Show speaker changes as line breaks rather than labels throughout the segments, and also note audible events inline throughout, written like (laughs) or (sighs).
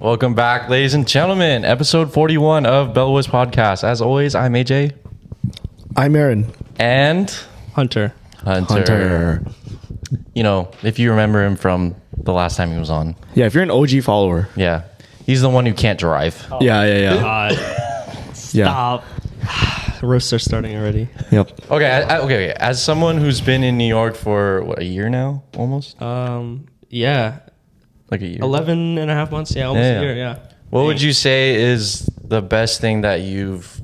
Welcome back, ladies and gentlemen. Episode 41 of Bellwoods Podcast. As always, I'm AJ
I'm Aaron.
and
Hunter.
Hunter. You know, if you remember him from the last time he was on,
Yeah, if you're an OG follower.
yeah, he's the one who can't drive.
Oh.
Yeah, yeah, yeah.
God.
Uh,
(laughs) Stop. Roasts are starting already.
Yeah. Yep.
Okay, I, I- okay, okay. As someone who's been in New York for what, a year now, almost
Um, yeah.
like a year.
11 and a half months. Yeah, almost
Yeah.
a year. Yeah.
What would you say is the best thing that you've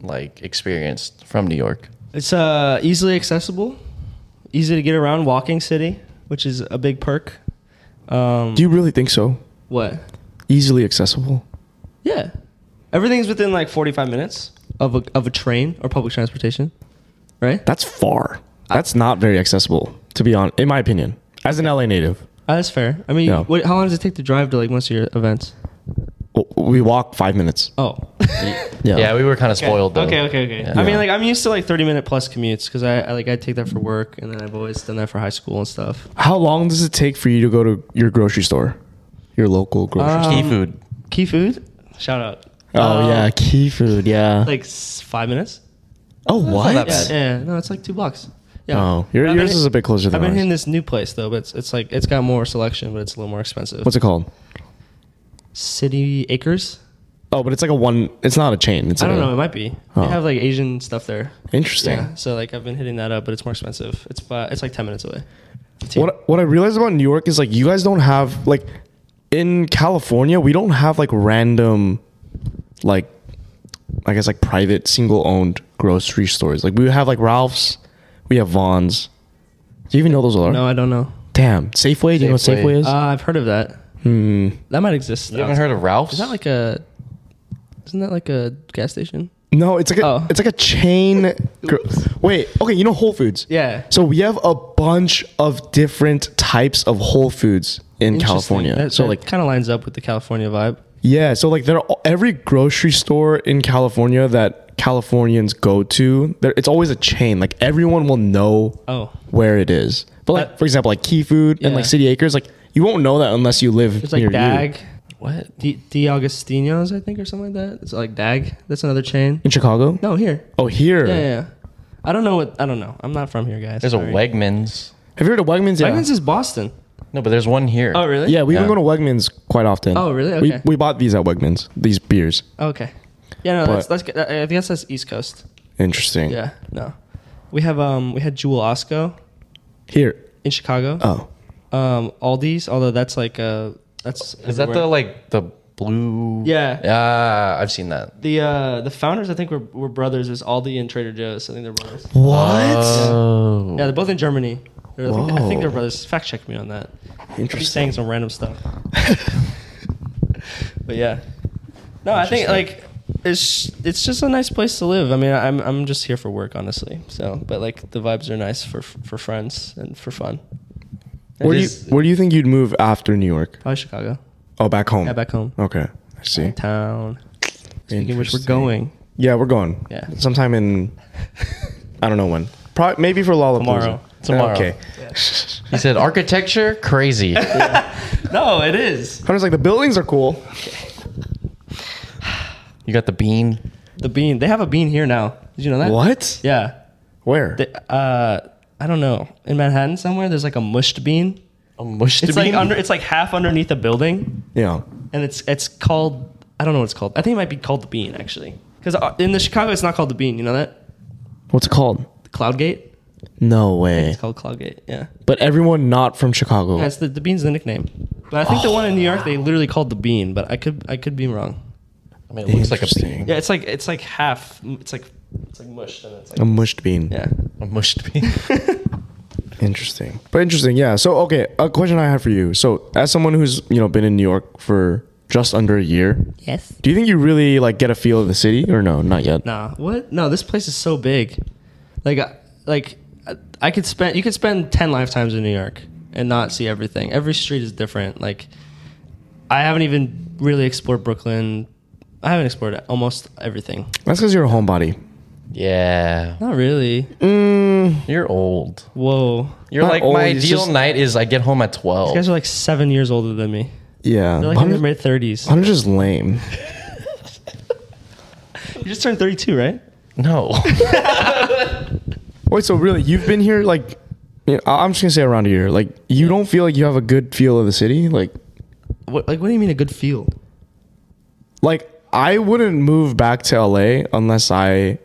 like experienced from New York?
It's uh, easily accessible, easy to get around, walking city, which is a big perk. Um,
Do you really think so?
what?
Easily accessible.
Yeah. Everything's within like 45 minutes of a, of a train or public transportation, right?
That's far. That's not very accessible, to be honest, in my opinion. As an LA native,
Uh, that's fair. I mean,
Yeah.
what, how long does it take to drive to like most of your events?
w- we walk five minutes.
Oh.
Yeah, we were kind of spoiled though.
Okay, okay, okay.
Yeah.
I mean,
Yeah.
like I'm used to like 30 minute plus commutes because I, I like I take that for work, and then I've always done that for high school and stuff.
How long does it take for you to go to your grocery store? Your local grocery
Uh,
store.
Key
Um,
food.
Key food, shout out.
Oh,
Um,
yeah. Key food. Yeah.
like s- five minutes.
oh,
not
what?
that
Yeah, yeah, no, it's like two blocks. Yeah.
Oh, your-
I've been
yours
hit-
is a bit closer than
I've been
ours.
hitting this new place though, but it's, it's like it's got more selection, but it's a little more expensive.
What's it called?
City Acres?
Oh, but it's like a one. It's not a chain. It's
I
like
don't
a-
know. It might be.
Oh.
They have like Asian stuff there.
Interesting.
Yeah. So like I've been hitting that up, but it's more expensive. It's fi- it's like ten minutes away.
What what I realized about New York is like you guys don't have like in California we don't have like random like I guess like private single owned grocery stores. Like we have like Ralph's, we have Vaughn's. Do you even know those are?
No, I don't know.
Damn, Safeway. Do you know what
Safeway.
Safeway is?
Uh, I've heard of that.
hmm.
That might exist.
You haven't heard of Ralph's?
Is that like a? Isn't that like a gas station?
No, it's like a
Oh.
it's like a chain. gro- Wait, okay, you know Whole Foods.
Yeah.
So we have a bunch of different types of Whole Foods in California. so like
kind of lines up with the California vibe.
Yeah, so like there are every grocery store in California that Californians go to, there it's always a chain. Like everyone will know
Oh.
where it is. But like
That-
for example, like Key Food and like
Yeah.
City Acres, like you won't know that unless you live
It's like
near
DAG,
you.
what?
D, D Agostino's, I think, or something like that. It's like DAG. That's another chain.
in Chicago.
No, here.
Oh, here.
Yeah, yeah, yeah. I don't know what. I don't know. I'm not from here, guys.
There's
Sorry.
a Wegmans.
Have you heard of Wegmans? Yeah,
Wegmans is Boston.
No, but there's one here.
Oh, really?
yeah we've
Yeah.
been going to Wegmans quite often.
Oh, really?
We,
Okay.
we bought these at Wegmans. These beers.
Okay. Yeah, no,
But-
that's, that's good. uh, I I guess that's East Coast.
Interesting.
Yeah, no. We have um we had Jewel Osco
Here.
in Chicago.
Oh.
Um, Aldi's, although that's like uh that's
Is that the
everywhere.
like the blue?
Yeah.
Ah, I've seen that.
the uh the founders I think were, were brothers is Aldi and Trader Joe's. I think they're brothers.
What?
Oh.
Yeah, they're both in Germany. They're- I think- I think they're
Whoa.
brothers. Fact check me on that. I'm just
Interesting.
saying some random
(laughs)
stuff. but yeah, no, I think like it's it's just a nice place to live. I mean, I'm I'm just here for work, honestly. So, but like the vibes are nice for for friends and for fun.
Where do you
is-
where do you think you'd move after New York?
Probably Chicago.
Oh, back home.
Yeah, back home.
Okay. I see.
Town. Speaking of which, we're
Interesting.
going
Yeah, we're going.
Yeah.
Sometime in, I don't know when. Probably maybe for Lollapalooza.
Tomorrow.
Tomorrow.
Okay. (laughs)
He said architecture crazy.
No, it is
Hunter's like the buildings are cool.
you got the bean.
the bean. They have a bean here now. Did you know that?
What?
Yeah.
Where?
They, uh, I don't know. In Manhattan somewhere, there's like a mushed bean.
A mushed
It's like under. It's like half underneath a building,
yeah.
and it's it's called. I don't know what it's called. I think it might be called the Bean actually, because in the Chicago, it's not called the Bean. You know that
What's it called?
the Cloud Gate.
No way.
It's called Cloud Gate. Yeah,
But everyone not from Chicago.
that's the the Bean's the nickname. But I think the one in New York they literally called the Bean, but I could I could be wrong.
I mean, it looks like a
Interesting.
bean.
Yeah, it's like it's like half. It's like it's like mushed and it's
A
like
mushed bean.
yeah.
A mushed bean.
Interesting. But interesting. Yeah. So okay, a question I have for you. So as someone who's you know been in New York for just under a year,
Yes.
do you think you really like get a feel of the city or no? Not yet.
Nah. What? No, this place is so big. Like, I- like I- I could spend. You could spend ten lifetimes in New York and not see everything. Every street is different. Like, I haven't even really explored Brooklyn. I haven't explored almost everything.
That's because you're a homebody.
yeah.
Not really.
Mm,
You're old.
Whoa. You
You're
Not
like
old,
my
it's
ideal
just-
night is I get home at twelve.
guys are like seven years older than me.
Yeah.
They're like in their
I'm,
mid thirties.
I'm just lame.
You just turned thirty two, right?
(laughs) No.
Wait, so really, you've been here like, you know, I- I'm just gonna say around a year. Like, you don't feel like you have a good feel of the city. Like,
What, like, what do you mean a good field?
like I wouldn't move back to LA unless I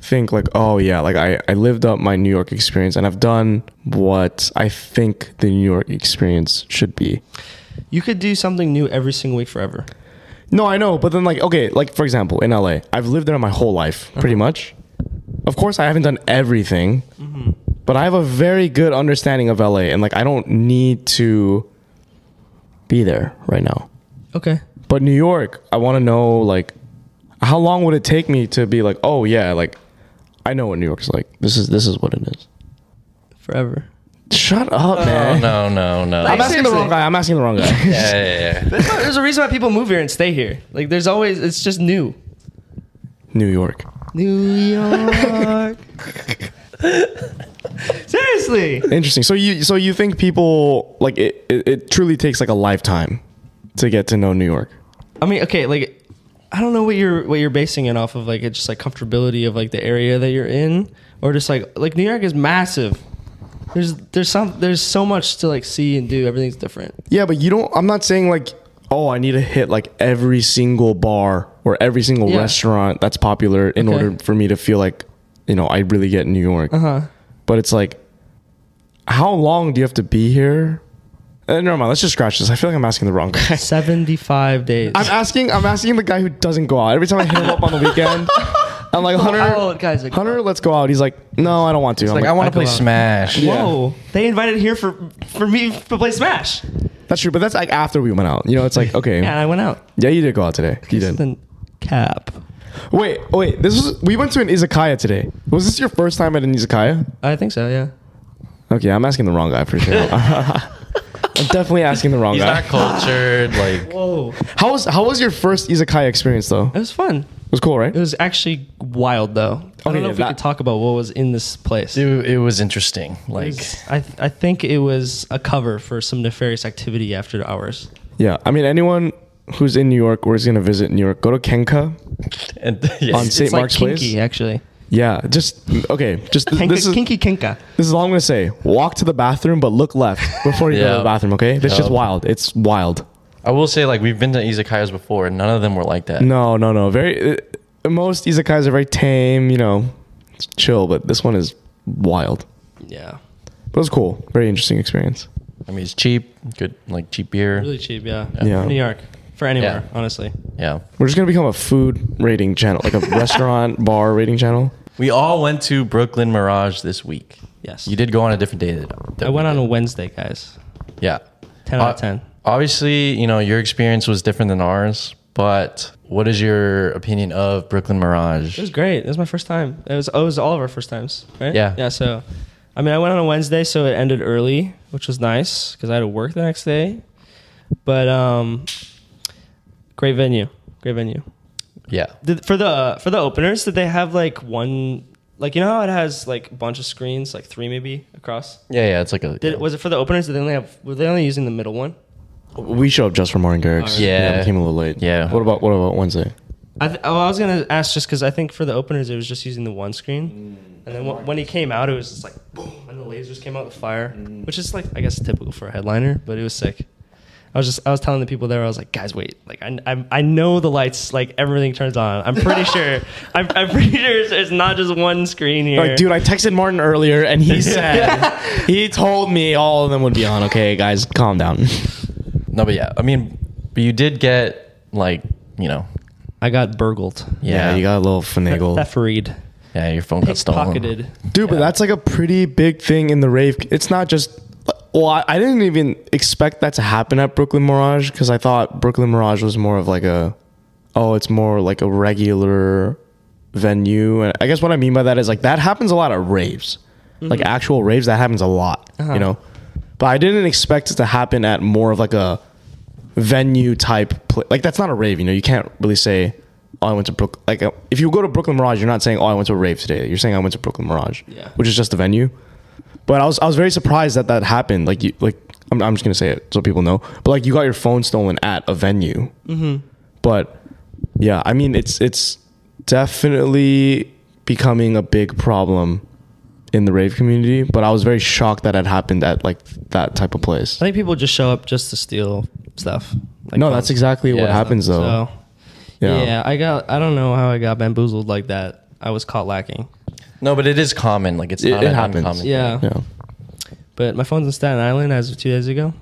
think like, oh yeah, like I I lived up my New York experience and I've done what I think the New York experience should be.
You could do something new every single week forever.
No, I know, but then like okay, like for example, in LA, I've lived there my whole life, pretty much. Of course, I haven't done everything, but I have a very good understanding of LA, and like I don't need to be there right now.
Okay.
But New York, I want to know like how long would it take me to be like, oh yeah, like I know what New York's like. This is this is what it is.
Forever.
Shut up,
Oh,
man.
no, no, no.
Uh, I'm asking the
Seriously.
wrong guy. I'm asking the wrong guy.
yeah, yeah, yeah.
There's, no- there's a reason why people move here and stay here. Like, there's always it's just new.
(laughs) New York.
New York. (laughs) Seriously.
Interesting. So you so you think people like it, it? It truly takes like a lifetime to get to know New York.
I mean, okay, like I don't know what you're what you're basing it off of, like it's just like comfortability of like the area that you're in, or just like like New York is massive. There's there's some there's so much to like see and do. Everything's different.
Yeah, but you don't. I'm not saying like, oh, I need to hit like every single bar or every single
Yeah.
restaurant that's popular in
Okay.
order for me to feel like, you know, I really get New York.
Uh huh.
But it's like, how long do you have to be here? Uh, never mind. Let's just scratch this. I feel like I'm asking the wrong guy.
Seventy five days.
I'm asking. I'm asking the guy who doesn't go out. Every time I hit him up on the weekend, I'm like,
oh,
Hunter,
guys, like,
Hunter, let's go out. He's like, no, I don't want to. I'm
Like,
like,
I want
I
to play
go out.
Smash.
Yeah.
Whoa! They invited here for for me to play Smash,
that's true. But that's like after we went out. You know, it's like, okay,
and
yeah,
I went out.
you did go out today. You did.
Then cap.
Wait, wait. This was we went to an izakaya today. Was this your first time at an izakaya?
I think so. Yeah.
Okay, I'm asking the wrong guy for sure. (laughs) I'm definitely asking the wrong
He's
guy.
not (laughs) cultured. Like,
Whoa!
How was how was your first izakaya experience though?
It was fun.
It was cool, right?
It was actually wild though. I
Okay,
don't know if we
that-
could talk about what was in this place.
dude, it was interesting. Like,
It's- I th- I think it was a cover for some nefarious activity after hours.
yeah, I mean anyone who's in New York or is gonna visit New York, go to Kenka.
and, (laughs) yeah.
On St.
It's like
Mark's
kinky,
Place?
actually.
Yeah, just okay. Just
Kinka,
this is
kinky kinka.
this is all I'm gonna say. Walk to the bathroom, but look left before you go to
Yeah.
the bathroom. Okay, that's just
Yeah.
wild. It's wild.
I will say, like, we've been to izakayas before, and none of them were like that.
No, no, no. Very uh, most izakayas are very tame. You know, it's chill. But this one is wild.
Yeah.
But it was cool. Very interesting experience.
I mean, it's cheap, good, like cheap beer.
Really cheap, yeah.
Yeah.
New York. For anywhere,
Yeah.
honestly.
Yeah.
We're just gonna become a food rating channel,
(laughs)
like a restaurant bar rating channel.
We all went to Brooklyn Mirage this week.
Yes.
You did go on a different day.
I went on a Wednesday, guys.
Yeah.
10 out of
Uh,
10.
Obviously, you know, your experience was different than ours, but what is your opinion of Brooklyn Mirage?
It was great. It was my first time. It was, oh, it was all of our first times, right?
Yeah.
Yeah. So, I mean, I went on a Wednesday, so it ended early, which was nice because I had to work the next day. But um, great venue. Great venue.
Yeah.
Did, for the for the openers, did they have like one like you know how it has like a bunch of screens, like three maybe across?
Yeah, yeah. It's like a.
Did was it for the openers? Did they only have were they only using the middle one?
We showed up just for Martin Garrix.
Yeah.
we came a little late.
Yeah.
What about what about Wednesday?
I th- oh, I was gonna ask just because I think for the openers it was just using the one screen, and then w- when he came out it was just like boom, and the lasers came out of the fire, which is like I guess typical for a headliner, but it was sick. I was just I was telling the people there I was like guys wait like I I, I know the lights like everything turns on I'm pretty sure I'm, I'm pretty sure it's, it's not just one screen here
Like,
(laughs)
dude, I texted Martin earlier,
(laughs)
and he said he told me all of them would be on. Okay, guys, calm down. (laughs)
No, but yeah. I mean, but you did get, like, you know,
I got burgled.
yeah.
you got a little finagled.
Thefried.
yeah, your phone got stolen.
Pocketed.
Dude, but that's like a pretty big thing in the rave. It's not just. Well, I, I didn't even expect that to happen at Brooklyn Mirage because I thought Brooklyn Mirage was more of like a, oh, it's more like a regular venue. And I guess what I mean by that is like that happens a lot at raves, like actual raves. That happens a lot, you know. But I didn't expect it to happen at more of like a venue type place. Like that's not a rave, you know. You can't really say, "Oh, I went to Brook." Like uh, if you go to Brooklyn Mirage, you're not saying, "Oh, I went to a rave today." You're saying, "I went to Brooklyn Mirage,"
Yeah.
which is just a venue. But I was I was very surprised that that happened. Like you like I'm, I'm just gonna say it so people know. But like you got your phone stolen at a venue. Mm-hmm. But yeah, I mean it's it's definitely becoming a big problem in the rave community. But I was very shocked that it happened at like that type of place.
I think people just show up just to steal stuff. Like
no,
phones.
that's exactly what
Yeah.
happens though.
So,
yeah.
yeah. I got. I don't know how I got bamboozled like that. I was caught lacking.
No, but it is common. Like it's
It-
not
it
an
happens.
uncommon.
Yeah.
yeah.
but my phone's in Staten Island as of two days
(laughs)
ago.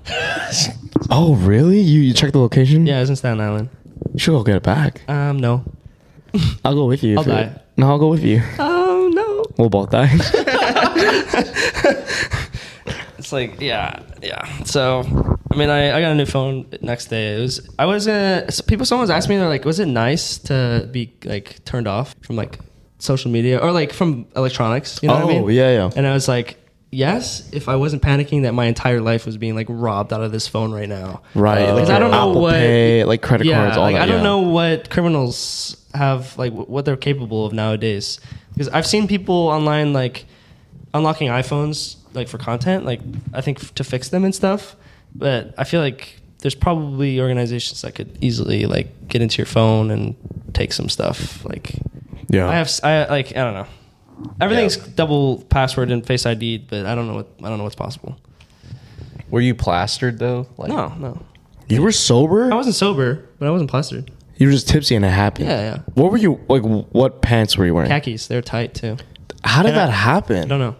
Oh really? You you checked the location?
Yeah, it's in Staten Island.
You should go get it back.
Um, no.
I'll go with you.
I'll
if you-
die.
No, I'll go with you. Oh,
Um, no.
(laughs) We'll both die.
It's like yeah, yeah. So I mean, I, I got a new phone next day. It was I was gonna so people. Someone was asking me they're like, was it nice to be like turned off from like social media or like from electronics? You know what I
Oh,
mean?
yeah, yeah.
And I was like. Yes, if I wasn't panicking that my entire life was being like robbed out of this phone right now.
right.
Uh,
like
'Cause I
your
don't know
Apple
what-
Pay, like credit
yeah,
cards, all
like,
that.
I don't
yeah.
know what criminals have like wh- what they're capable of nowadays. Because I've seen people online like unlocking iPhones like for content, like I think f- to fix them and stuff. But I feel like there's probably organizations that could easily like get into your phone and take some stuff. Like
(laughs) Yeah.
I have s- I like I don't know. Everything's double password and face ID, but I don't know what I don't know what's possible.
Were you plastered though? Like,
No, no.
You were sober?
I wasn't sober, but I wasn't plastered.
you were just tipsy and it happened.
Yeah, yeah.
What were you like what pants were you wearing?
Khakis, they're tight too.
How did
And I-
that happen?
I don't know.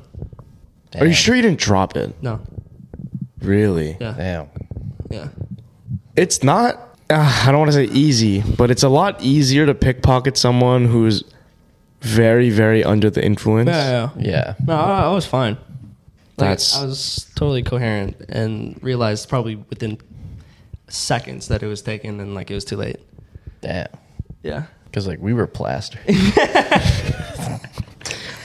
Are you sure you didn't drop it?
No.
Really?
Yeah.
Damn.
Yeah.
It's not uh, I don't want to say easy, but it's a lot easier to pickpocket someone who's very very under the influence.
Yeah.
Yeah.
yeah. No, I, I was fine. Like,
That's-
I was totally coherent and realized probably within seconds that it was taken and like it was too late.
Damn.
Yeah.
Because like we were plastered.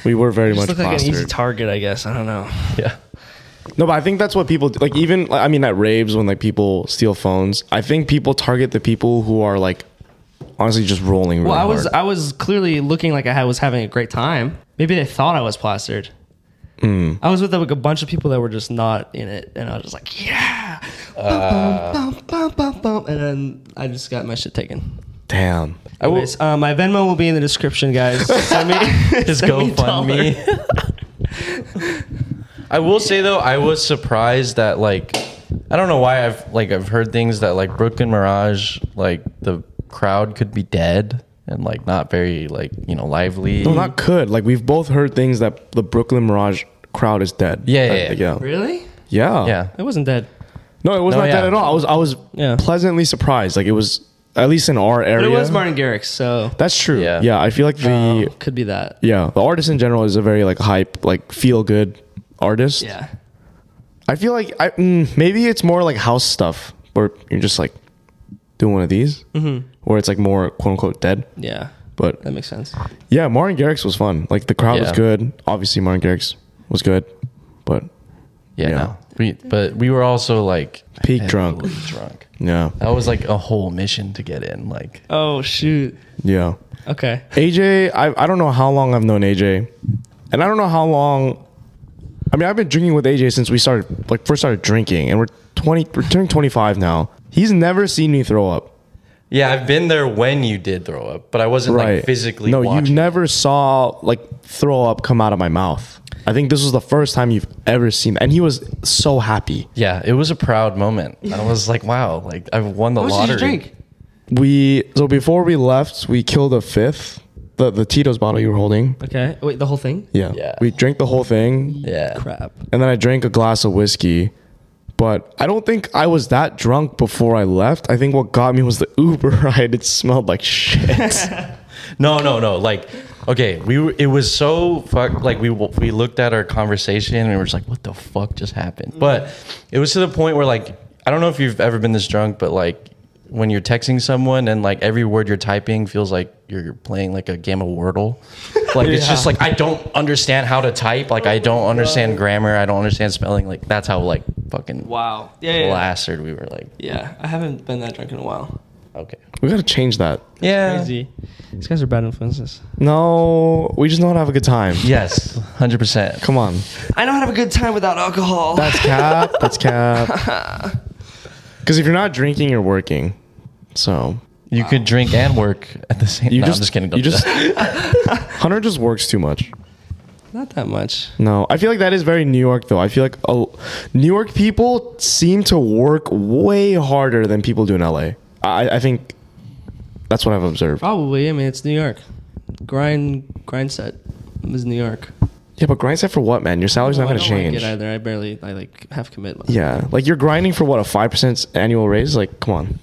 We were very
Just
much
looked like an easy
plastered.
target, I guess. I don't know.
yeah.
No, but I think that's what people like. Even like, I mean, at raves when like people steal phones, I think people target the people who are like honestly just rolling. Really
Well, I was uh,
hard.
I was clearly looking like I had- was having a great time. Maybe they thought I was plastered. I was with like a bunch of people that were just not in it, and I was just like, yeah, Bum, bum, bum, bum, bum, bum. and then I just got my shit taken.
damn.
Anyways, uh, my Venmo will be in the description, (laughs) guys. Send me
His
send me dollar.
GoFundMe. (laughs) I will say though, I was surprised that like I don't know why I've like I've heard things that like Brooklyn Mirage, like the crowd could be dead and like not very like, you know, lively.
No, not could. Like we've both heard things that the Brooklyn Mirage crowd is dead.
Yeah, yeah,
Uh,
yeah.
yeah,
Really?
yeah.
yeah.
I wasn't dead.
No, it was
No,
not dead
yeah.
at all. I was I was
Yeah.
pleasantly surprised. Like it was at least in our area.
But it was Martin Garrix, so
That's true. Yeah.
Yeah.
I feel like the
uh, could be that.
yeah the artist in general is a very like hype like feel good artist.
Yeah.
I feel like I mm, maybe it's more like house stuff where you're just like doing one of these, mm-hmm. where it's like more quote unquote dead.
Yeah.
But
That makes sense.
yeah, Martin Garrix was fun. Like the crowd was
Yeah.
good. Obviously, Martin Garrix was good, but
Yeah.
Yeah.
no. We but we were also like
Peak drunk.
heavily drunk.
yeah,
That was like a whole mission to get in. Like
Oh shoot.
yeah.
Okay.
AJ, I I don't know how long I've known AJ, and I don't know how long. I mean, I've been drinking with AJ since we started, like first started drinking, and we're twenty, we're turning twenty five now. He's never seen me throw up.
Yeah, I've been there when you did throw up, but I wasn't like physically
no
watching.
you never saw like throw up come out of my mouth i think this was the first time you've ever seen and he was so happy
Yeah, it was a proud moment. I was like, wow, like I've won the
How much
lottery.
did you drink?
we so before we left we killed a fifth the, the tito's bottle you were holding
Okay. Wait, the whole thing?
yeah.
Yeah.
we drank the whole thing
Yeah.
Crap.
and then i drank a glass of whiskey but i don't think i was that drunk before i left i think what got me was the (laughs) uber ride it smelled like shit
(laughs) No, no, no. Like, okay, we were, it was so fuck. Like we w- we looked at our conversation and we were just like, what the fuck just happened? But it was to the point where like I don't know if you've ever been this drunk, but like when you're texting someone and like every word you're typing feels like you're playing like a game of Wordle. Like it's just like I don't understand how to type. Like I don't understand grammar. I don't understand spelling. Like that's how like fucking
Wow. Yeah. Yeah. yeah.
plastered we were. Like
Yeah, I haven't been that drunk in a while.
Okay.
We gotta change that.
Yeah.
Crazy. These guys are bad influences.
No, we just know how to have a good time.
Yes, hundred percent.
Come on.
I know how to have a good time without alcohol.
That's cap.
(laughs)
That's cap. Because if you're not drinking, you're working. So
You could drink and work at the same.
you
no,
just
I'm just kidding. (laughs)
you just Hunter just works too much.
Not that much.
No, I feel like that is very New York though. I feel like oh, New York people seem to work way harder than people do in LA. I, I think that's what I've observed.
Probably. I mean, it's New York. Grind, grind set is New York.
Yeah, but grind set for what, man? Your salary's not
Well,
going to
I don't like
change.
it either. I barely, I like half commit.
yeah, like you're grinding for what a five percent annual raise? Like, come on.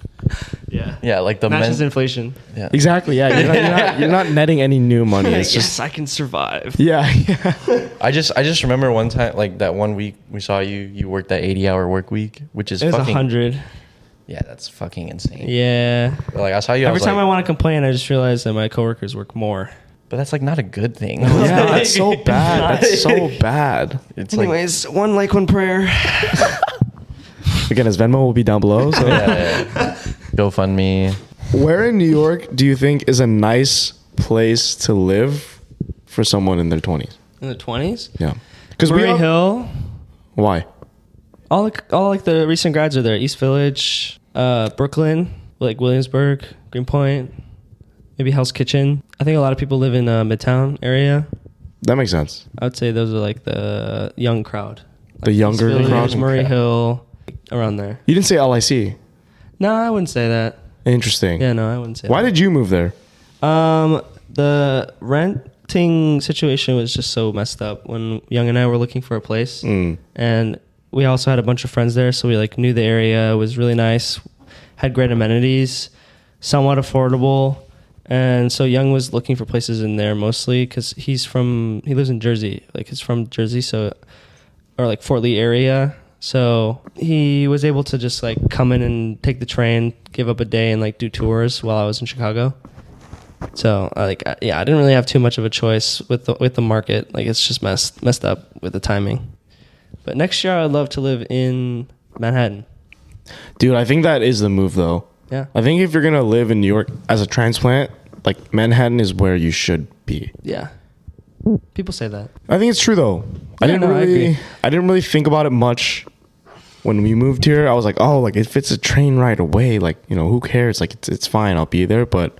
yeah,
Yeah, like the
Matches
men-
inflation.
yeah.
Exactly. Yeah, you're not, you're not, you're not netting any new money. (laughs) It's just
(laughs) yes, I can survive.
yeah, (laughs) yeah.
I just I just remember one time like that one week we saw you you worked that 80 hour work week which is
It's a
fucking
hundred.
yeah that's fucking insane
Yeah.
like I saw you I
Every
was
time
like,
I want to complain, I just realize that my coworkers work more.
but that's like not a good thing (laughs)
yeah that's
(laughs)
so bad. That's so bad.
it's like yeah,
one like one prayer.
Again, his Venmo will be down below. So.
(laughs)
yeah. GoFundMe
Where in New York do you think is a nice place to live for someone in their 20s?
(laughs) In the twenties,
Yeah. Because we
Murray
all-
Hill.
Why?
All the, all like the recent grads are there. East Village, uh, Brooklyn, like Williamsburg, Greenpoint, maybe Hell's Kitchen. I think a lot of people live in uh, Midtown area.
That makes sense.
I would say those are like the young crowd. Like
The younger
East Village,
crowd?
Murray Hill, around there.
You didn't say LIC.
No, I wouldn't say that.
Interesting.
Yeah, no, I wouldn't say
Why
that.
did you move there?
Um, the renting situation was just so messed up when Young and I were looking for a place, and we also had a bunch of friends there, so we like knew the area It was really nice, had great amenities, somewhat affordable, and so Young was looking for places in there mostly because he's from he lives in Jersey, like he's from Jersey, so or like Fort Lee area. So he was able to just like come in and take the train, give up a day, and like do tours while I was in Chicago. So uh, like I- yeah, I didn't really have too much of a choice with the with the market. Like it's just messed messed up with the timing. But next year I'd love to live in Manhattan.
Dude, I think that is the move though.
Yeah.
I think if you're going to live in New York as a transplant, like Manhattan is where you should be.
Yeah. People say that.
I think it's true though. I
Yeah,
didn't
no, I
really
agree.
I didn't really think about it much when we moved here. I was like, "Oh, like if it's a train ride away, like, you know, who cares? Like it's it's fine. I'll be there." But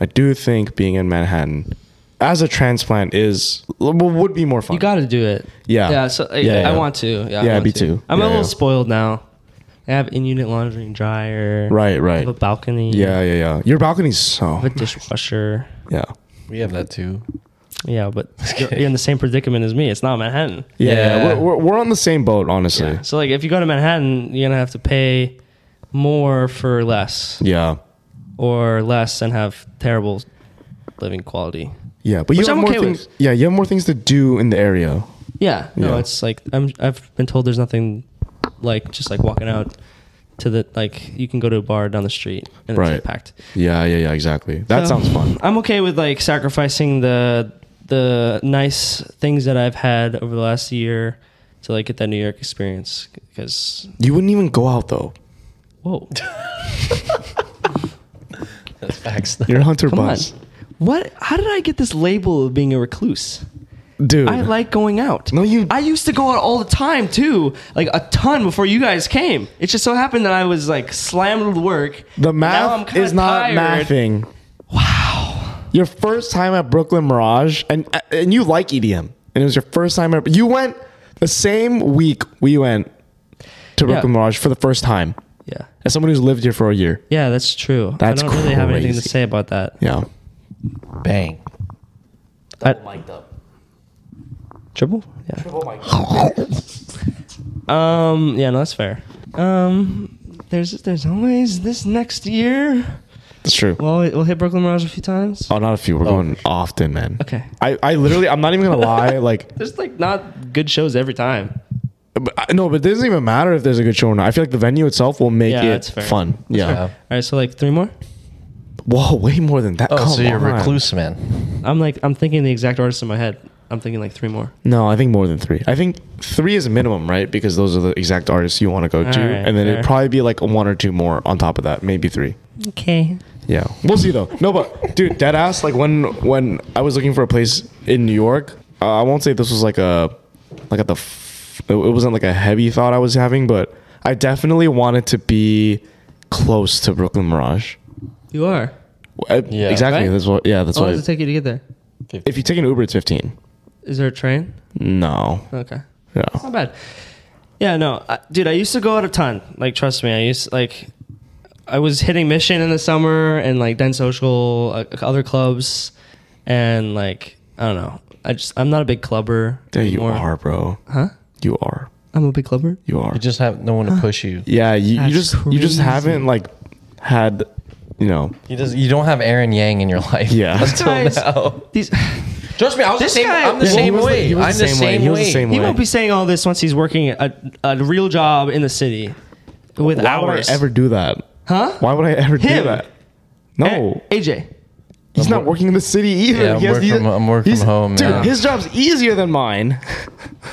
I do think being in Manhattan as a transplant is well, would be more fun.
You got to do it.
Yeah.
Yeah. So like,
Yeah,
I
yeah.
want to. Yeah. I
Yeah,
want
me
to.
too.
I'm a
Yeah,
little
yeah.
spoiled now. I have in-unit laundry and dryer.
Right,
I
right.
have a balcony.
Yeah, yeah, yeah. Your balcony's
I
so
have a dishwasher.
yeah.
we have that too
Yeah,
(laughs)
but you're, you're in the same predicament as me. It's not Manhattan.
Yeah, yeah,
Yeah.
We're, we're we're on the same boat, honestly. Yeah.
So like, if you go to Manhattan, you're gonna have to pay more for less,
Yeah,
or less and have terrible living quality.
but you
Which
have
I'm
more
okay with.
things Yeah, you have more things to do in the area.
Yeah. No,
Yeah.
it's like I'm. I've been told there's nothing like just like walking out to the like you can go to a bar down the street and
Right.
it's packed.
Yeah, yeah, yeah, exactly. That
So-
sounds fun.
I'm okay with like sacrificing the the nice things that I've had over the last year to like get that New York experience because
You wouldn't even go out though.
whoa.
that's facts (laughs)
You're Hunter
Come
Buzz.
on. What? How did I get this label of being a recluse?
Dude.
I like going out.
No, you-
I used to go out all the time too, like a ton before you guys came. It just so happened that I was like slammed with work.
The
Now I'm
math
kinda
is not
tired.
mathing. Wow. Your first time at Brooklyn Mirage, and and you like EDM, and it was your first time. At, you went the same week we went to Brooklyn Mirage for the first time.
Yeah,
As someone who's lived here for a year.
yeah, that's true.
That's
I don't really have anything to
crazy.
say about that.
Yeah.
bang
I-
mic'd up
Triple? Yeah. um. Yeah. No, that's fair. Um. There's there's always this next year.
That's true.
Well, we'll hit Brooklyn Mirage a few times.
Oh, not a few. We're going often, man.
Okay.
I, I literally, I'm not even going to
(laughs)
lie. Like,
There's like not good shows every time.
but I- no, but it doesn't even matter if there's a good show or not. I feel like the venue itself will make
Yeah,
it
that's fair.
fun. yeah.
yeah
All right, so like three more.
Whoa, way more than that.
oh
Come
so you're a
on.
recluse man
I'm like I'm thinking the exact artist in my head. I'm I'm thinking like three more.
No, I think more than three. I think three is a minimum, right? Because those are the exact artists you want to go to,
right,
and then it'd
fair.
probably be like one or two more on top of that, maybe three.
Okay.
Yeah, we'll see though. No, but dude, dead ass. Like when when I was looking for a place in New York, uh, I won't say this was like a like at the f- it it wasn't like a heavy thought I was having, but I definitely wanted to be close to Brooklyn Mirage.
You are.
Uh,
Yeah.
exactly.
Right?
That's what. Yeah, that's
How long
why.
does Oh, it take you to get there?
if you take an Uber, it's fifteen.
Is there a train?
No,
Okay.
no.
Not bad. Yeah, no, I, dude. I used to go out a ton. Like, trust me. I used like, I was hitting Mission in the summer and like Den Social, uh, other clubs, and like I don't know. I just I'm not a big clubber.
There you
anymore.
are, bro.
huh?
You are.
I'm a big clubber.
You (laughs) are.
You just have no one to push you.
(laughs) yeah, you, you
That's
just you just
crazy.
haven't like had, you know.
You just you don't have Aaron Yang in your life. (laughs)
Yeah.
Until
Guys.
now.
These, (sighs)
Trust me, I was
This
the same.
guy-
I'm the
Yeah, he
same
was the-
way.
he was
I'm
the
the
same way.
same
He was the
way.
same
he
way.
won't be saying all this once he's working a, a real job in the city with
Why
hours.
would I ever do that?
Huh?
Why would I ever do
Him.
that? No,
A- AJ.
he's not working in the city either.
Eh, Yeah, I'm
He has-
work from- I'm work from
he's-
home,
Dude,
yeah.
his job's easier than mine. (laughs)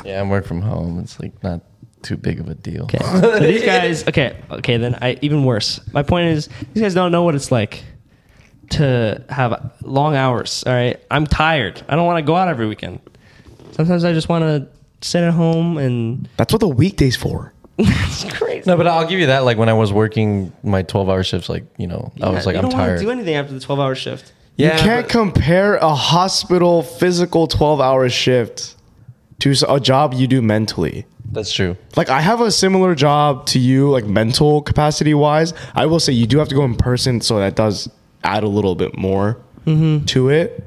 Yeah, I'm work from home. It's like not too big of a deal. (laughs)
Okay. (laughs) So these guys. Okay. Okay. Then I even worse. My point is, these guys don't know what it's like to have long hours. All right. I'm tired. I don't want to go out every weekend. Sometimes I just want to sit at home (laughs) and.
That's what the weekday's for.
it's crazy.
No, but I'll give you that. Like when I was working my 12 hour shifts, like, you know, I was like,
you
I'm
don't wanna
tired.
Do anything after the 12-hour shift.
yeah,
you can't
but-
compare a hospital physical twelve-hour shift to s- a job you do mentally.
that's true.
like I have a similar job to you, like mental capacity wise. I will say you do have to go in person, so that does add a little bit more
Mm-hmm.
to it.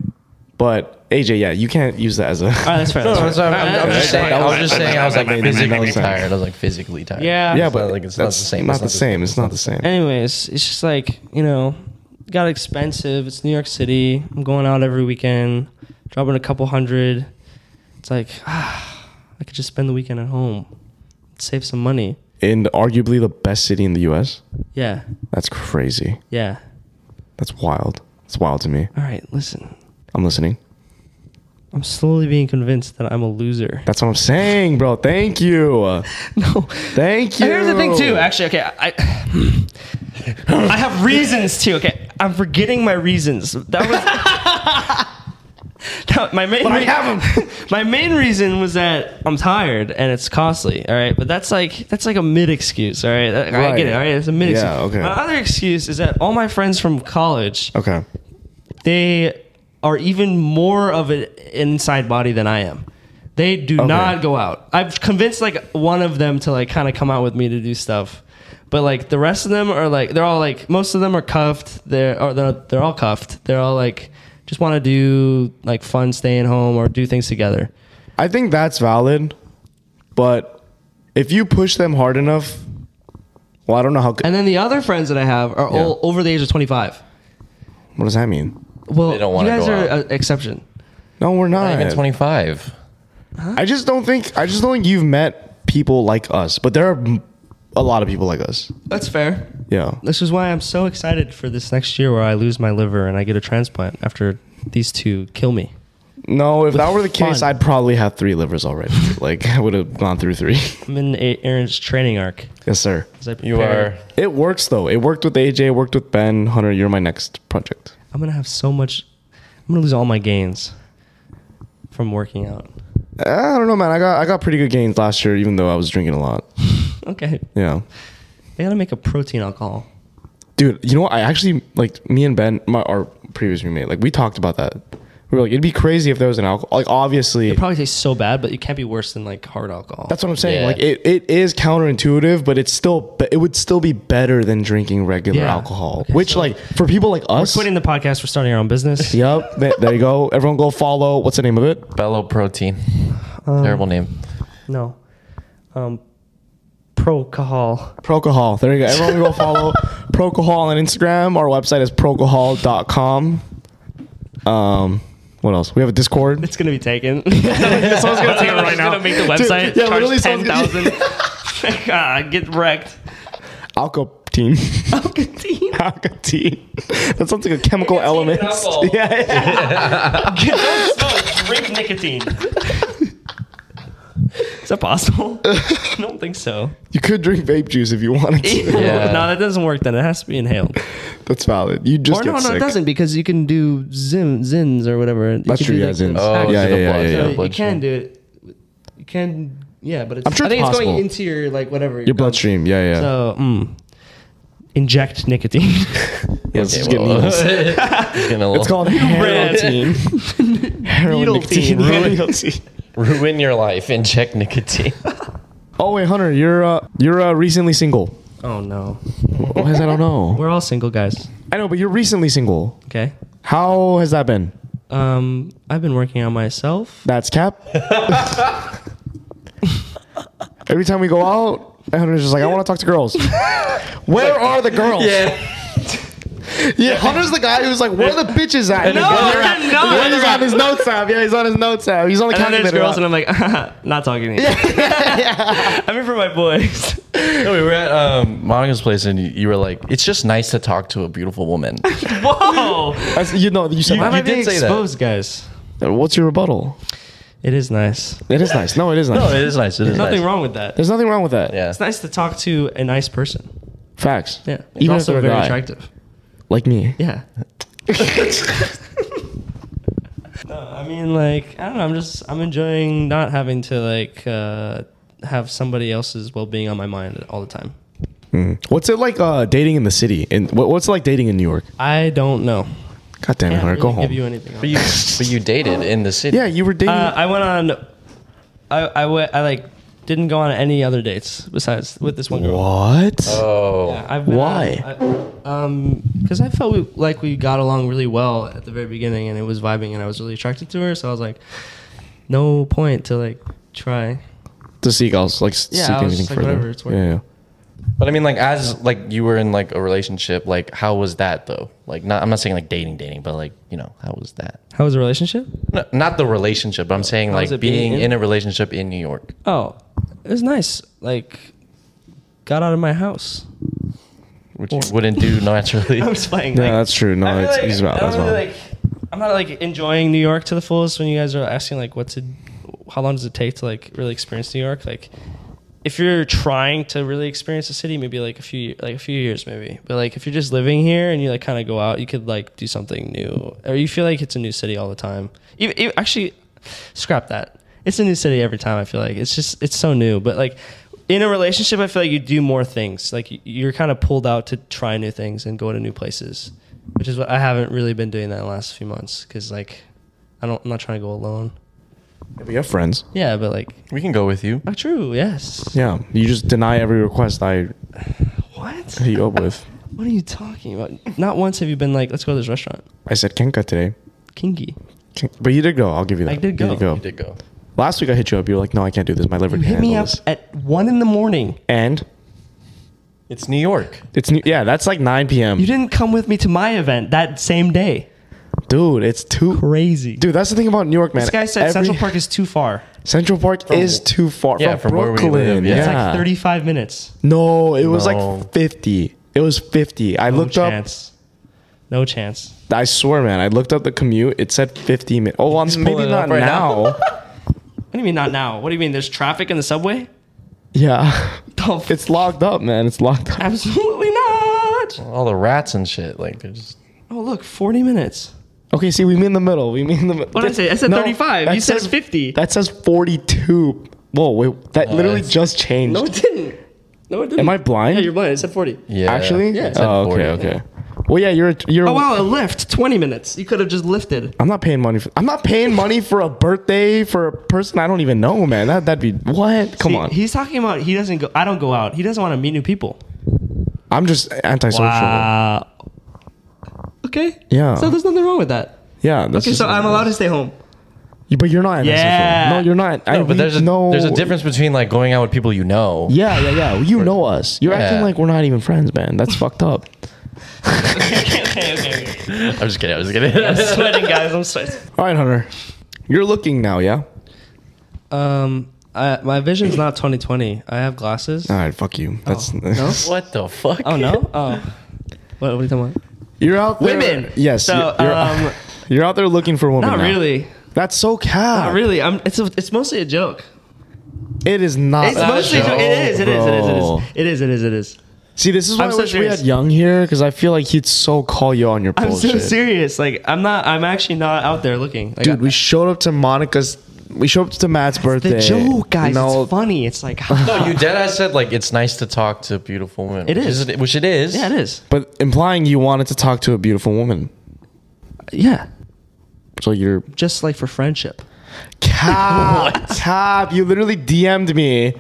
But AJ, yeah, you can't use that as a
All
(laughs)
right. That's fair.
No,
That's fair.
that's what I'm, I'm- I'm just saying. I was just saying. I was (laughs) like
That makes
physically
sense.
tired. I was like physically tired.
Yeah.
yeah,
It's
but
not
like it's not the same. Not the same. It's not the same.
anyways, it's just like, you know, it got expensive. It's New York City. I'm going out every weekend, dropping a couple hundred. It's like, (sighs) ah, I could just spend the weekend at home, save some money.
In arguably the best city in the U.S.
Yeah,
That's crazy.
yeah.
That's wild. It's wild to me.
All right, listen.
I'm listening.
I'm slowly being convinced that I'm a
(laughs)
loser.
That's what I'm saying, bro. Thank you.
no.
Thank you.
And Here's the thing, too. Actually, okay, I I have reasons too. Okay, I'm forgetting my reasons. That
(laughs)
was That- my main.
I
rea-
have
(laughs)
'em.
my main reason was that I'm tired and it's costly. All right, but that's like that's like a mid excuse. All right, I, I get it. All right, it's a mid
Yeah,
excuse.
okay.
My other excuse is that all my friends from college
Okay.
they are even more of an inside body than I am. They do not go out. I've convinced like one of them to like kind of come out with me to do stuff, but like the rest of them are like they're all like most of them are cuffed. They're or they're, they're all cuffed. They're all like just want to do like fun staying home or do things together.
I think that's valid, but if you push them hard enough, well, I don't know how.
And then the other friends that I have are all over the age of twenty five.
What does that mean?
Well,
They don't
you
wanna
guys
go
are
out.
an exception.
No, we're not.
Not even 25.
I just don't think. I just don't think you've met people like us. But there are m- a lot of people like us.
That's fair.
Yeah.
This is why I'm so excited for this next year where I lose my liver and I get a transplant after these two kill me.
No, if that were the case,
fun.
I'd probably have three livers already. like I would have gone through three. (laughs)
I'm in a- Aaron's training arc.
yes, sir.
as I
You
prepare.
are.
It works though. It worked with AJ. It worked with Ben Hunter. You're my next project.
I'm gonna have so much. I'm gonna lose all my gains from working out.
Uh, I don't know, man. I got I got pretty good gains last year, even though I was drinking a lot.
Okay,
Yeah.
they gotta make a protein alcohol.
Dude, you know what? I actually like me and Ben, my our previous roommate, like we talked about that. We were like, it'd be crazy if there was an alcohol. Like obviously,
It probably tastes so bad, but it can't be worse than like hard alcohol.
that's what I'm saying.
Yeah.
Like it, it is counterintuitive, but it's still, but it would still be better than drinking regular
Yeah.
alcohol.
Okay,
which
so-
like for people like us,
quitting the podcast. We're starting our own (laughs) business.
yep. th- there you go. Everyone go follow. What's the name of it?
Bellow protein.
Um,
Terrible name.
No, um, procahol.
Procahol. There you go. Everyone go
(laughs)
follow Procahol on Instagram. Our website is procahol.com. Um, what else? We have a Discord.
It's gonna be taken. (laughs)
Someone's gonna take it
right now. Gonna make the website
yeah, literally
charge ten
someone's gonna-
thousand. (laughs) Ah, get wrecked.
Alcotine.
Alcatine.
(laughs) Alcotine. That sounds like a chemical
Nicotine
(laughs)
and
element.
alcohol.
Yeah, yeah.
(laughs) Don't smoke. drink nicotine. Is that (laughs) possible? I don't think so.
You could drink vape juice if you wanted to.
(laughs)
Yeah.
no, that doesn't work. Then it has to be inhaled.
(laughs) That's valid. You just
Or
get
no, no,
sick.
it doesn't because you can do zin, zins or whatever. You
That's
can
true,
do
yeah,
like
zins.
the
Oh,
package.
yeah,
yeah,
yeah, yeah,
yeah,
yeah.
yeah,
So you can do it. You can, yeah, but it's.
I'm sure
I think
it's
it's, going
possible.
into your like whatever
Your
gum.
bloodstream. Yeah, yeah.
So, mm, inject nicotine. (laughs)
yeah let's just
(laughs)
get needles. (laughs)
it's getting a little,
It's
(laughs)
called heroin. Heroin
Needle
nicotine.
teen.
Yeah, needle
(laughs)
teen.
ruin your life. Inject nicotine.
Oh wait, Hunter, you're uh, you're uh, recently single.
oh no,
What has I don't know.
we're all single guys.
I know, but you're recently single.
Okay.
How has that been?
Um, I've been working on myself.
That's cap. (laughs) Every time we go out, Hunter's just like, I want to talk to
(laughs)
girls. Where are the girls?
yeah.
Yeah, Hunter's the guy who's like, where are the bitches at?
No,
Hunter's
they're
at-
not.
Hunter's on his notes app. Yeah, he's on his notes app. He's on the
And then there's
calculator.
girls,
app.
and I'm like, (laughs) not talking to you. I'm here for my boys.
(laughs) No, we were at um, Monica's place, and you, you were like, "It's just nice to talk to a beautiful
(laughs)
woman."
(laughs) Whoa!
That's- you know, you said
You-
Why
that.
am I
did
being
say that.
exposed, guys?
What's your rebuttal?
It is nice.
It is nice. No, it is nice.
no, it is nice. It is
There's nothing
nice.
wrong with that.
There's nothing wrong with that.
Yeah.
It's nice to talk to a nice person.
Facts.
Yeah. It's
Even if
also
they're a
very
guy.
attractive.
Like me.
Yeah. (laughs) no, I mean, like, I don't know. I'm just, I'm enjoying not having to, like, uh, have somebody else's well being on my mind all the time.
What's it like uh, dating in the city? And what, what's it like dating in New York?
I don't know.
God damn it,
Can't
Hunter,
really
go home.
give you anything. on
But you, but you dated in the city.
yeah, you were dating.
Uh, I went on. I I went. I like didn't go on any other dates besides with this one girl.
what?
Oh.
Yeah, I've been
Why?
on- I, um, because I felt we, like we got along really well at the very beginning, and it was vibing, and I was really attracted to her. So I was like, no point to like try.
the seagulls, like s-
Yeah,
seek
I was
anything
just like,
further.
whatever, it's working.
yeah, yeah.
But I mean, like, as like you were in like a relationship, like, how was that though? Like, not I'm not saying like dating, dating, but like, you know, how was that?
How was the relationship?
No, not the relationship. I'm saying
How was
like
it being
being
in?
in? a relationship in New York.
Oh, it was nice. Like, got out of my (laughs) house.
which you wouldn't
(laughs)
do naturally.
I'm just playing.
Yeah,
like,
that's true. No,
I feel
it's,
like
he's about.
I don't
That's
really,
valid.
like. I'm not like enjoying New York to the fullest when you guys are asking like what's it, how long does it take to like really experience New York? Like, if you're trying to really experience the city, maybe like a few like a few years maybe. But like if you're just living here and you like kind of go out, you could like do something new, or you feel like it's a new city all the time. Even, even- actually, scrap that. It's a new city every time. I feel like it's just it's so new. But like in a relationship, I feel like you do more things. Like y- you're kind of pulled out to try new things and go to new places, which is what I haven't really been doing that in the last few months because like I don't I'm not trying to go alone.
Yeah, we have friends.
Yeah, but like
we can go with you.
not true. Yes.
Yeah, you just deny every request I
What?
hit you up with. (laughs)
What are you talking about? Not once have you been like, let's go to this restaurant.
I said Kenka today,
Kinky.
Ken- but you did go. I'll give you that.
I did
You
go.
You did go.
Last week I hit you up. You were like, "No, I can't do this. My liver
You
can't
hit me
handle
up
this."
at one in the morning.
And
It's New York.
it's new. Yeah, that's like 9 p.m.
You didn't come with me to my event that same day.
dude, it's too.
Crazy.
Dude, that's the thing about New York, man.
this guy said
Every-
Central Park is too far.
Central Park is too far.
Yeah,
from,
from where we
Brooklyn.
live, yeah.
yeah,
It's
It's like 35 minutes.
No, it was
No.
like 50. It was 50. I
No
looked
chance. No chance.
up. I swear, man. I looked up the commute. It said 50 minutes. Oh, I'm
can pull
maybe
it
not
up right
now. (laughs)
now.
What do you mean not now? What do you mean? There's traffic in the subway?
yeah,
The f-
it's locked up, man. It's locked up.
absolutely not.
All the rats and shit. Like, they're just
Oh, look, 40 minutes.
Okay, see, we mean the middle. We mean the.
What did I say? I said 35.
that
You said 50.
That says 42. Whoa, wait, that literally
that's-
just changed.
No, it didn't. No, it didn't.
Am I blind?
Yeah, you're blind. It said 40.
yeah.
Actually,
Yeah. it's at
Oh,
40.
okay, okay. Well, yeah, you're you're.
Oh, wow, a lift. 20 minutes. You could have just lifted.
I'm not paying money for. I'm not paying money for a birthday for a person I don't even know, man. That that'd be what? Come
See,
on.
He's talking about he doesn't go. I don't go out. He doesn't want to meet new people.
I'm just antisocial.
Okay.
Yeah.
So there's nothing wrong with that.
Yeah. That's
Okay, so I'm allowed to stay home.
to. But you're not antisocial.
Yeah.
No, you're not. I
No, but there's a,
no.
there's a difference between like going out with people you know.
Yeah, yeah, yeah. You know us. You're acting
Yeah.
like we're not even friends, man. That's fucked up.
okay, okay, okay.
I'm just kidding. I was kidding.
I'm (laughs) sweating, guys. I'm sweating.
(laughs) All right, Hunter. You're looking now, yeah.
Um, I, my vision's not 2020. I have glasses.
All right, fuck you. That's
Oh. no?
(laughs) what the fuck?
Oh no. Oh. What, what are you talking about?
(laughs) You're out there.
(laughs) Women.
Yes.
So,
(laughs) you're,
um,
you're out there looking for women.
Not
now.
really.
That's so cap.
Not really. I'm, it's, a, it's mostly a joke.
It is not.
It's
a
mostly a
joke,
joke. It is. It is. It is. It
bro.
is. It is. It is. It is.
See, this is why
I'm
I
so
wish we
serious.
had Young here because I feel like he'd so call you on your
I'm
bullshit.
so serious. Like I'm not. I'm actually not out there looking. Like,
Dude, we showed up to Monica's. We showed up to Matt's
the
birthday.
joke, guys.
No,
It's funny. It's like
(laughs)
No, Oh, you dead ass said like it's nice to talk to beautiful women.
It
which
is.
which it is.
yeah, it is.
but implying you wanted to talk to a beautiful woman,
Yeah,
so you're
just like for friendship.
cap. (laughs) cap. You literally DM'd me.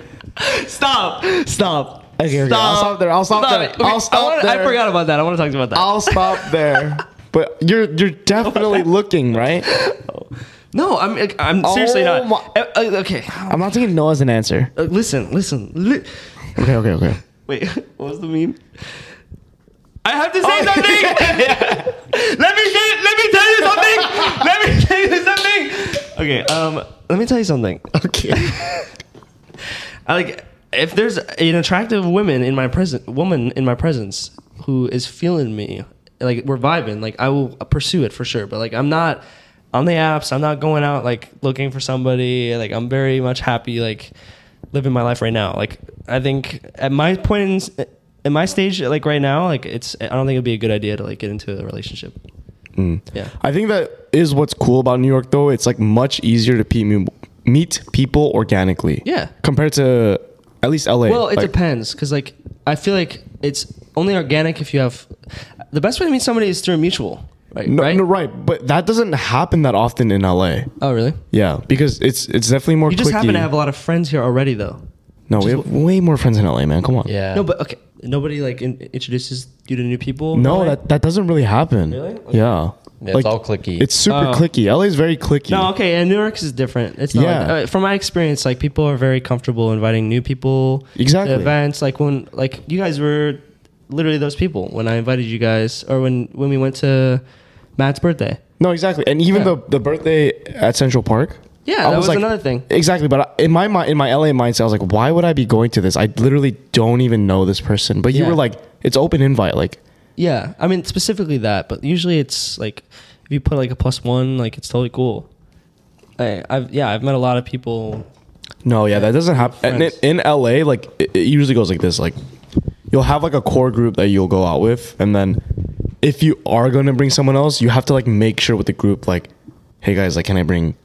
Stop. Stop.
Okay, okay, I'll stop there. I'll stop there.
it. Okay,
I'll stop
I, wanna- I
there.
forgot about that. I want to talk about that.
I'll stop there. But you're you're definitely (laughs) looking right.
no, I'm. I'm seriously
Oh
not.
my-
Uh, uh, okay.
I'm not taking no as an answer.
Uh, listen. Listen. Li-
Okay, okay, okay.
Wait, (laughs) what was the meme? Oh, I have to say (laughs) something. let me say, let me tell you something. let me tell you (laughs) something. Okay, um, let me tell you something. (laughs)
Okay.
I like if there's an attractive woman in my present woman in my presence who is feeling me, like we're vibing, like I will pursue it for sure. But like I'm not on the apps. I'm not going out like looking for somebody. Like I'm very much happy like living my life right now. Like I think at my point in, at my stage, like right now, like it's I don't think it'd be a good idea to like get into a relationship. Yeah.
I think that is what's cool about New York, though. It's like much easier to pe- mu- meet people organically.
Yeah.
Compared to at least LA.
Well, it
Like,
depends because like I feel like it's only organic if you have the best way to meet somebody is through a mutual, right?
No,
right?
no, right. But that doesn't happen that often in LA.
Oh, really?
Yeah, because it's it's definitely more.
You just happen
clicky.
to have a lot of friends here already, though.
No, we have way more friends in LA, man. Come on.
Yeah.
No, but okay, nobody like in, introduces you to new people.
No,
really?
that that doesn't really happen.
Really?
Yeah.
Yeah, it's all clicky.
It's super
Oh.
clicky. LA is very clicky.
No, okay, and New York is different. It's not
Yeah.
like, uh, from my experience, like people are very comfortable inviting new people
Exactly.
to events. Like when, like you guys were literally those people when I invited you guys, or when when we went to Matt's birthday.
No, exactly. And even
Yeah.
the the birthday at Central Park.
Yeah,
I
that was
like-
another thing.
Exactly, but I- in my mind, in my LA mindset, I was like, "Why would I be going to this? I literally don't even know this person." But you
Yeah.
were like, "It's open invite." Like,
Yeah, I mean specifically that, but usually it's like if you put like a plus one, like it's totally cool. I, I've yeah, I've met a lot of people.
no, yeah, that doesn't happen. And
Friends.
it, in LA, like, it, it usually goes like this: like, you'll have like a core group that you'll go out with, and then if you are going to bring someone else, you have to like make sure with the group, like, "Hey guys, like, can I bring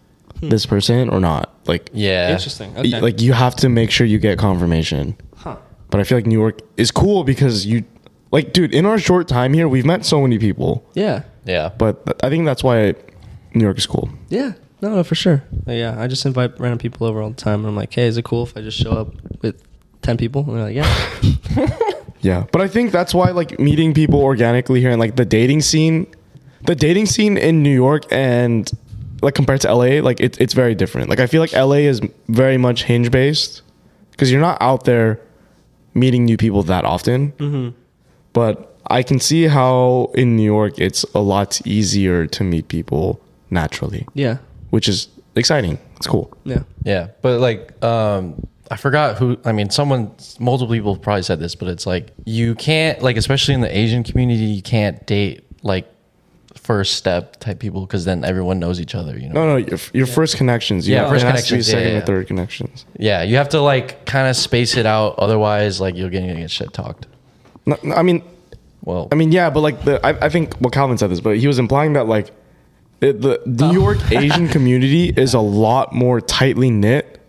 this person or not?" Like,
yeah.
Interesting.
y-
Hmm. Okay.
like you have to make sure you get confirmation.
huh?
But I feel like New York is cool because you, like, dude, in our short time here, we've met so many people.
Yeah.
Yeah.
But th- I think that's why New York is cool.
Yeah. No, no, for sure. But yeah, I just invite random people over all the time, and I'm like, hey, is it cool if I just show up with ten people? And they're like, yeah.
Yeah. But I think that's why, like, meeting people organically here and, like, the dating scene, the dating scene in New York and, like, compared to LA, like, it, it's very different. Like, I feel like LA is very much hinge based because you're not out there meeting new people that often. But I can see how in New York it's a lot easier to meet people naturally.
(laughs) yeah.
which is exciting. It's cool.
Yeah.
Yeah, but like, um, I forgot who. I mean, someone, multiple people probably said this, but it's like you can't, like, especially in the Asian community, you can't date like first step type people because then everyone knows each other. You know?
No, no, your, your first connections. You
Yeah,
know,
first
it has to be
connections, yeah,
second
yeah,
or
yeah.
third connections.
Yeah, you have to like kind of space it out, otherwise, like you're gonna get shit talked.
No, no, I mean,
Well,
I mean, yeah, but like the, I, I think well, Calvin said this, but he was implying that like it, the New York Asian community is a lot more tightly knit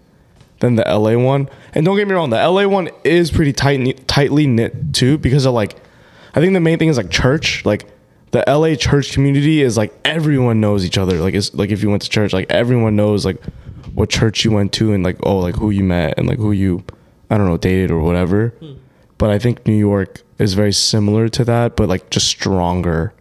than the LA one. And don't get me wrong, the LA one is pretty tight, tightly knit too, because of like, I think the main thing is like church, like. The LA church community is like everyone knows each other. Like it's like if you went to church, like everyone knows like what church you went to and like oh like who you met and like who you I don't know dated or whatever but I think New York is very similar to that, but like just stronger.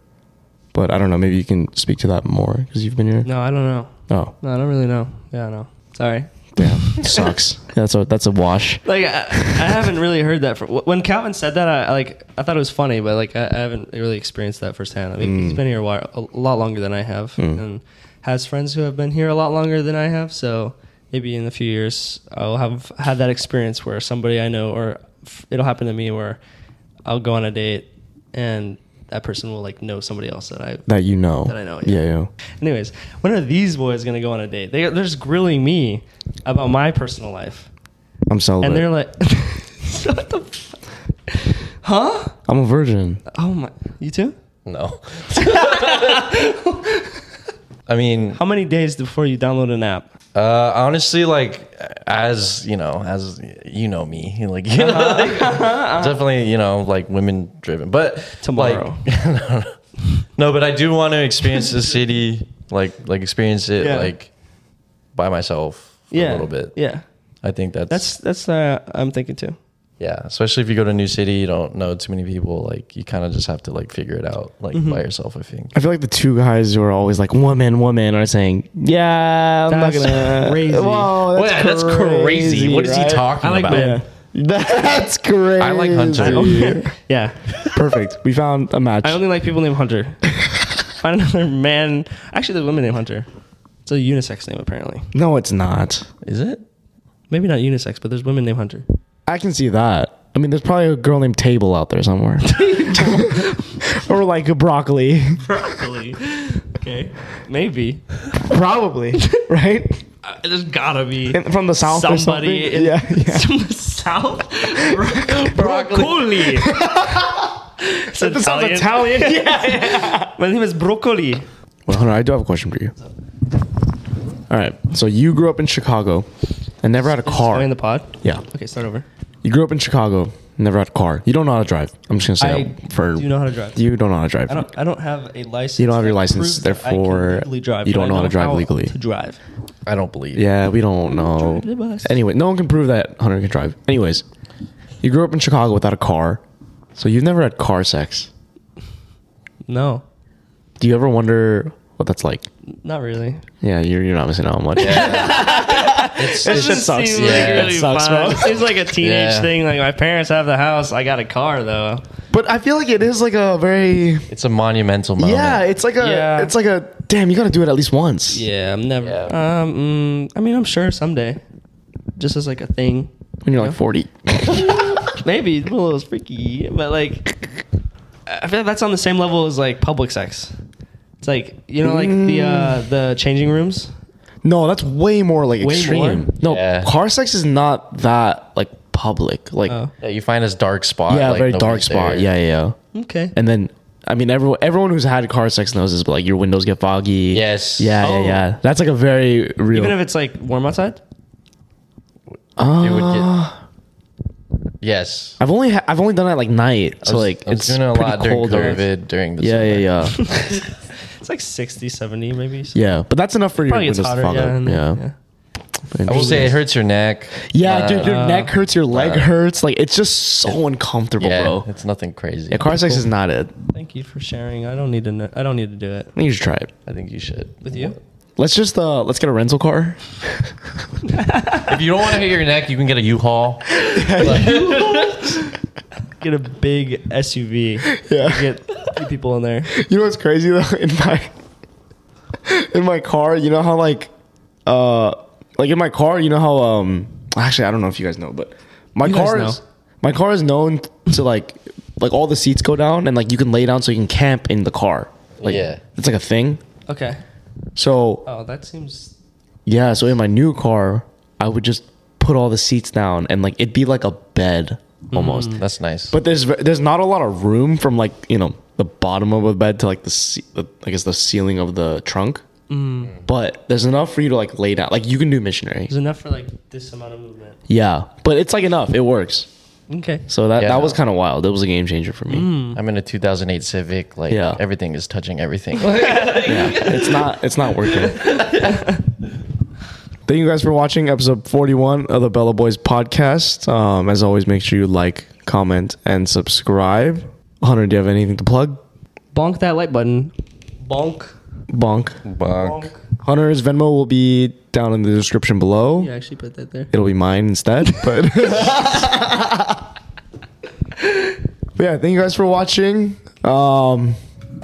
But I don't know. Maybe you can speak to that more because you've been here.
No, I don't know.
Oh,
No, I don't really know. Yeah, no. Sorry.
damn,
(laughs)
sucks. That's a that's a wash.
Like I, I haven't really heard that. From, when Calvin said that, I I, like I thought it was funny, but like I, I haven't really experienced that firsthand. I mean, he's been here a while, a lot longer than I have, and has friends who have been here a lot longer than I have. So maybe in a few years, I'll have had that experience where somebody I know, or f- it'll happen to me, where I'll go on a date and that person will like know somebody else that I.
that you know.
That I know, yeah.
Yeah, yeah.
Anyways, when are these boys gonna go on a date? They, they're just grilling me about my personal life,
I'm celibate.
and they're like, (laughs) "What the? F- huh?
I'm a virgin.
Oh my! You too?
No. (laughs) I mean,
How many days before you download an app?
uh, honestly, like as you know, as you know me, like you know,
Uh-huh. (laughs)
definitely, you know, like women driven, but like-
Tomorrow.
no, no. (laughs) no, but I do want to experience the city, like like experience it
Yeah.
like by myself for
Yeah,
a little bit.
Yeah,
I think that's,
that's that's uh, I'm thinking too.
yeah, especially if you go to a new city, you don't know too many people. Like you kind of just have to like figure it out like
Mm-hmm.
by yourself. I think.
I feel like the two guys who are always like woman, woman are saying, yeah, I'm
That's
not gonna.
(laughs) crazy.
Whoa, that's,
Well, that's crazy. What is he
right?
talking
I like
about?
my-
(laughs) That's crazy.
I like Hunter. I
(laughs) Yeah,
(laughs) Perfect. We found a match.
I only like people named Hunter. (laughs) Find another man. Actually, there's women named Hunter. It's a unisex name apparently.
no, it's not.
Is it?
Maybe not unisex, but there's women named Hunter.
I can see that. I mean, there's probably a girl named Table out there somewhere, (laughs) or like a broccoli,
Broccoli. (laughs) okay, maybe.
probably. (laughs) Right?
Uh, there's gotta be
In- from the south or
somebody.
something?
in-
Yeah,
(laughs)
yeah.
from the south. Bro-
(laughs)
broccoli. it's
That sounds
(laughs)
Italian. (laughs)
My name is broccoli.
Well, Hunter, I do have a question for you. All right. So you grew up in Chicago and never had a
Am I in
car.
the pod?
Yeah.
Okay, start over.
You grew up in Chicago, never had a car. You don't know how to drive. I'm just gonna say
I
that for
do know how to drive.
You don't know how to drive.
I don't. I don't have a license.
You don't have your
that
license,
proves that I can
therefore,
legally drive,
you
but
don't
I
know how to drive legally.
To drive.
I don't believe.
yeah, we don't know.
Drive the bus.
Anyway, no one can prove that Hunter can drive. Anyways, you grew up in Chicago without a car, so you've never had car sex.
No,
Do you ever wonder what that's like?
not really.
Yeah, you're, you're not missing out on much.
It's,
It
it's
just sucks.
Seems
Yeah,
really
it sucks, bro.
fun. It seems like a teenage
Yeah.
thing. Like my parents have the house. I got a car though.
But I feel like it is like a very
it's a monumental moment.
yeah. It's like a
Yeah.
it's like a damn. You got to do it at least once.
Yeah, I'm never.
Yeah.
Um, mm, I mean, I'm sure someday, just as like a thing.
when you're like 40.
Maybe it's a little freaky, but like, I feel like that's on the same level as like public sex. It's like you know, like the uh,
Mm.
the changing rooms.
No, that's way more like
Way
extreme.
more?
No,
Yeah.
car sex is not that like public. Like
Oh.
Yeah, you find this dark spot.
yeah,
like,
very
nobody's
dark spot.
there.
Yeah, yeah, yeah.
Okay.
And then I mean everyone everyone who's had car sex knows this, but like your windows get foggy.
Yes.
Yeah,
Oh.
yeah, yeah. That's like a very real.
Even if it's like warm outside.
It would get-
Uh,
yes.
I've only ha- I've only done it like night,
I
so
was-
like
I was
it's
doing it a
pretty
lot during
cold. or-
COVID during the
Yeah,
summer. (laughs)
yeah, yeah,
It's like 60, 70 maybe. So
yeah. But that's enough for your
Probably
windows
gets
to
hotter.
fog
Yeah,
up.
and-
Yeah.
I will say it hurts your neck.
Yeah,
Uh,
dude, your neck hurts, your leg hurts. Like it's just so uncomfortable,
yeah,
bro.
it's nothing crazy.
Yeah, car sex is not it.
Thank you for sharing. I don't need to. Know, I don't need to do it
I think you should try it.
I think you should.
with you.
Let's just uh let's get a rental car.
If you don't want to hit your neck, you can get a U-Haul.
Get a big SUV.
(laughs) Yeah.
Get two people in there.
You know what's crazy though? (laughs) In my in my car, you know how like uh like in my car, you know how um actually I don't know if you guys know, but my
You guys
car
know.
is my car is known to like like all the seats go down and like you can lay down so you can camp in the car. Like
Yeah.
it's like a thing.
Okay.
So
Oh, that seems.
yeah, so in my new car, I would just put all the seats down and like it'd be like a bed almost.
That's nice.
But there's there's not a lot of room from like you know the bottom of the bed to like the ce- the- I guess the ceiling of the trunk. But there's enough for you to like lay down. Like you can do missionary.
There's enough for like this amount of movement.
Yeah, but it's like enough. It works.
Okay.
So that
Yeah. Mm.
that was kind of wild. It was a game changer for me.
I'm in a 2008 Civic. Like
Yeah.
everything is touching
(laughs)
everything.
It's not it's not working. Thank you guys for watching episode 41 of the Bella Boys podcast. Um, as always, make sure you like, comment, and subscribe. Hunter, do you have anything to plug?
Bonk that like button. Bonk.
Bonk.
Bonk.
Hunter's Venmo will be down in the description below.
You actually put that there.
It'll be mine instead. But, (laughs) but yeah, thank you guys for watching. Um,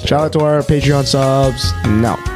shout out to our Patreon subs. Now.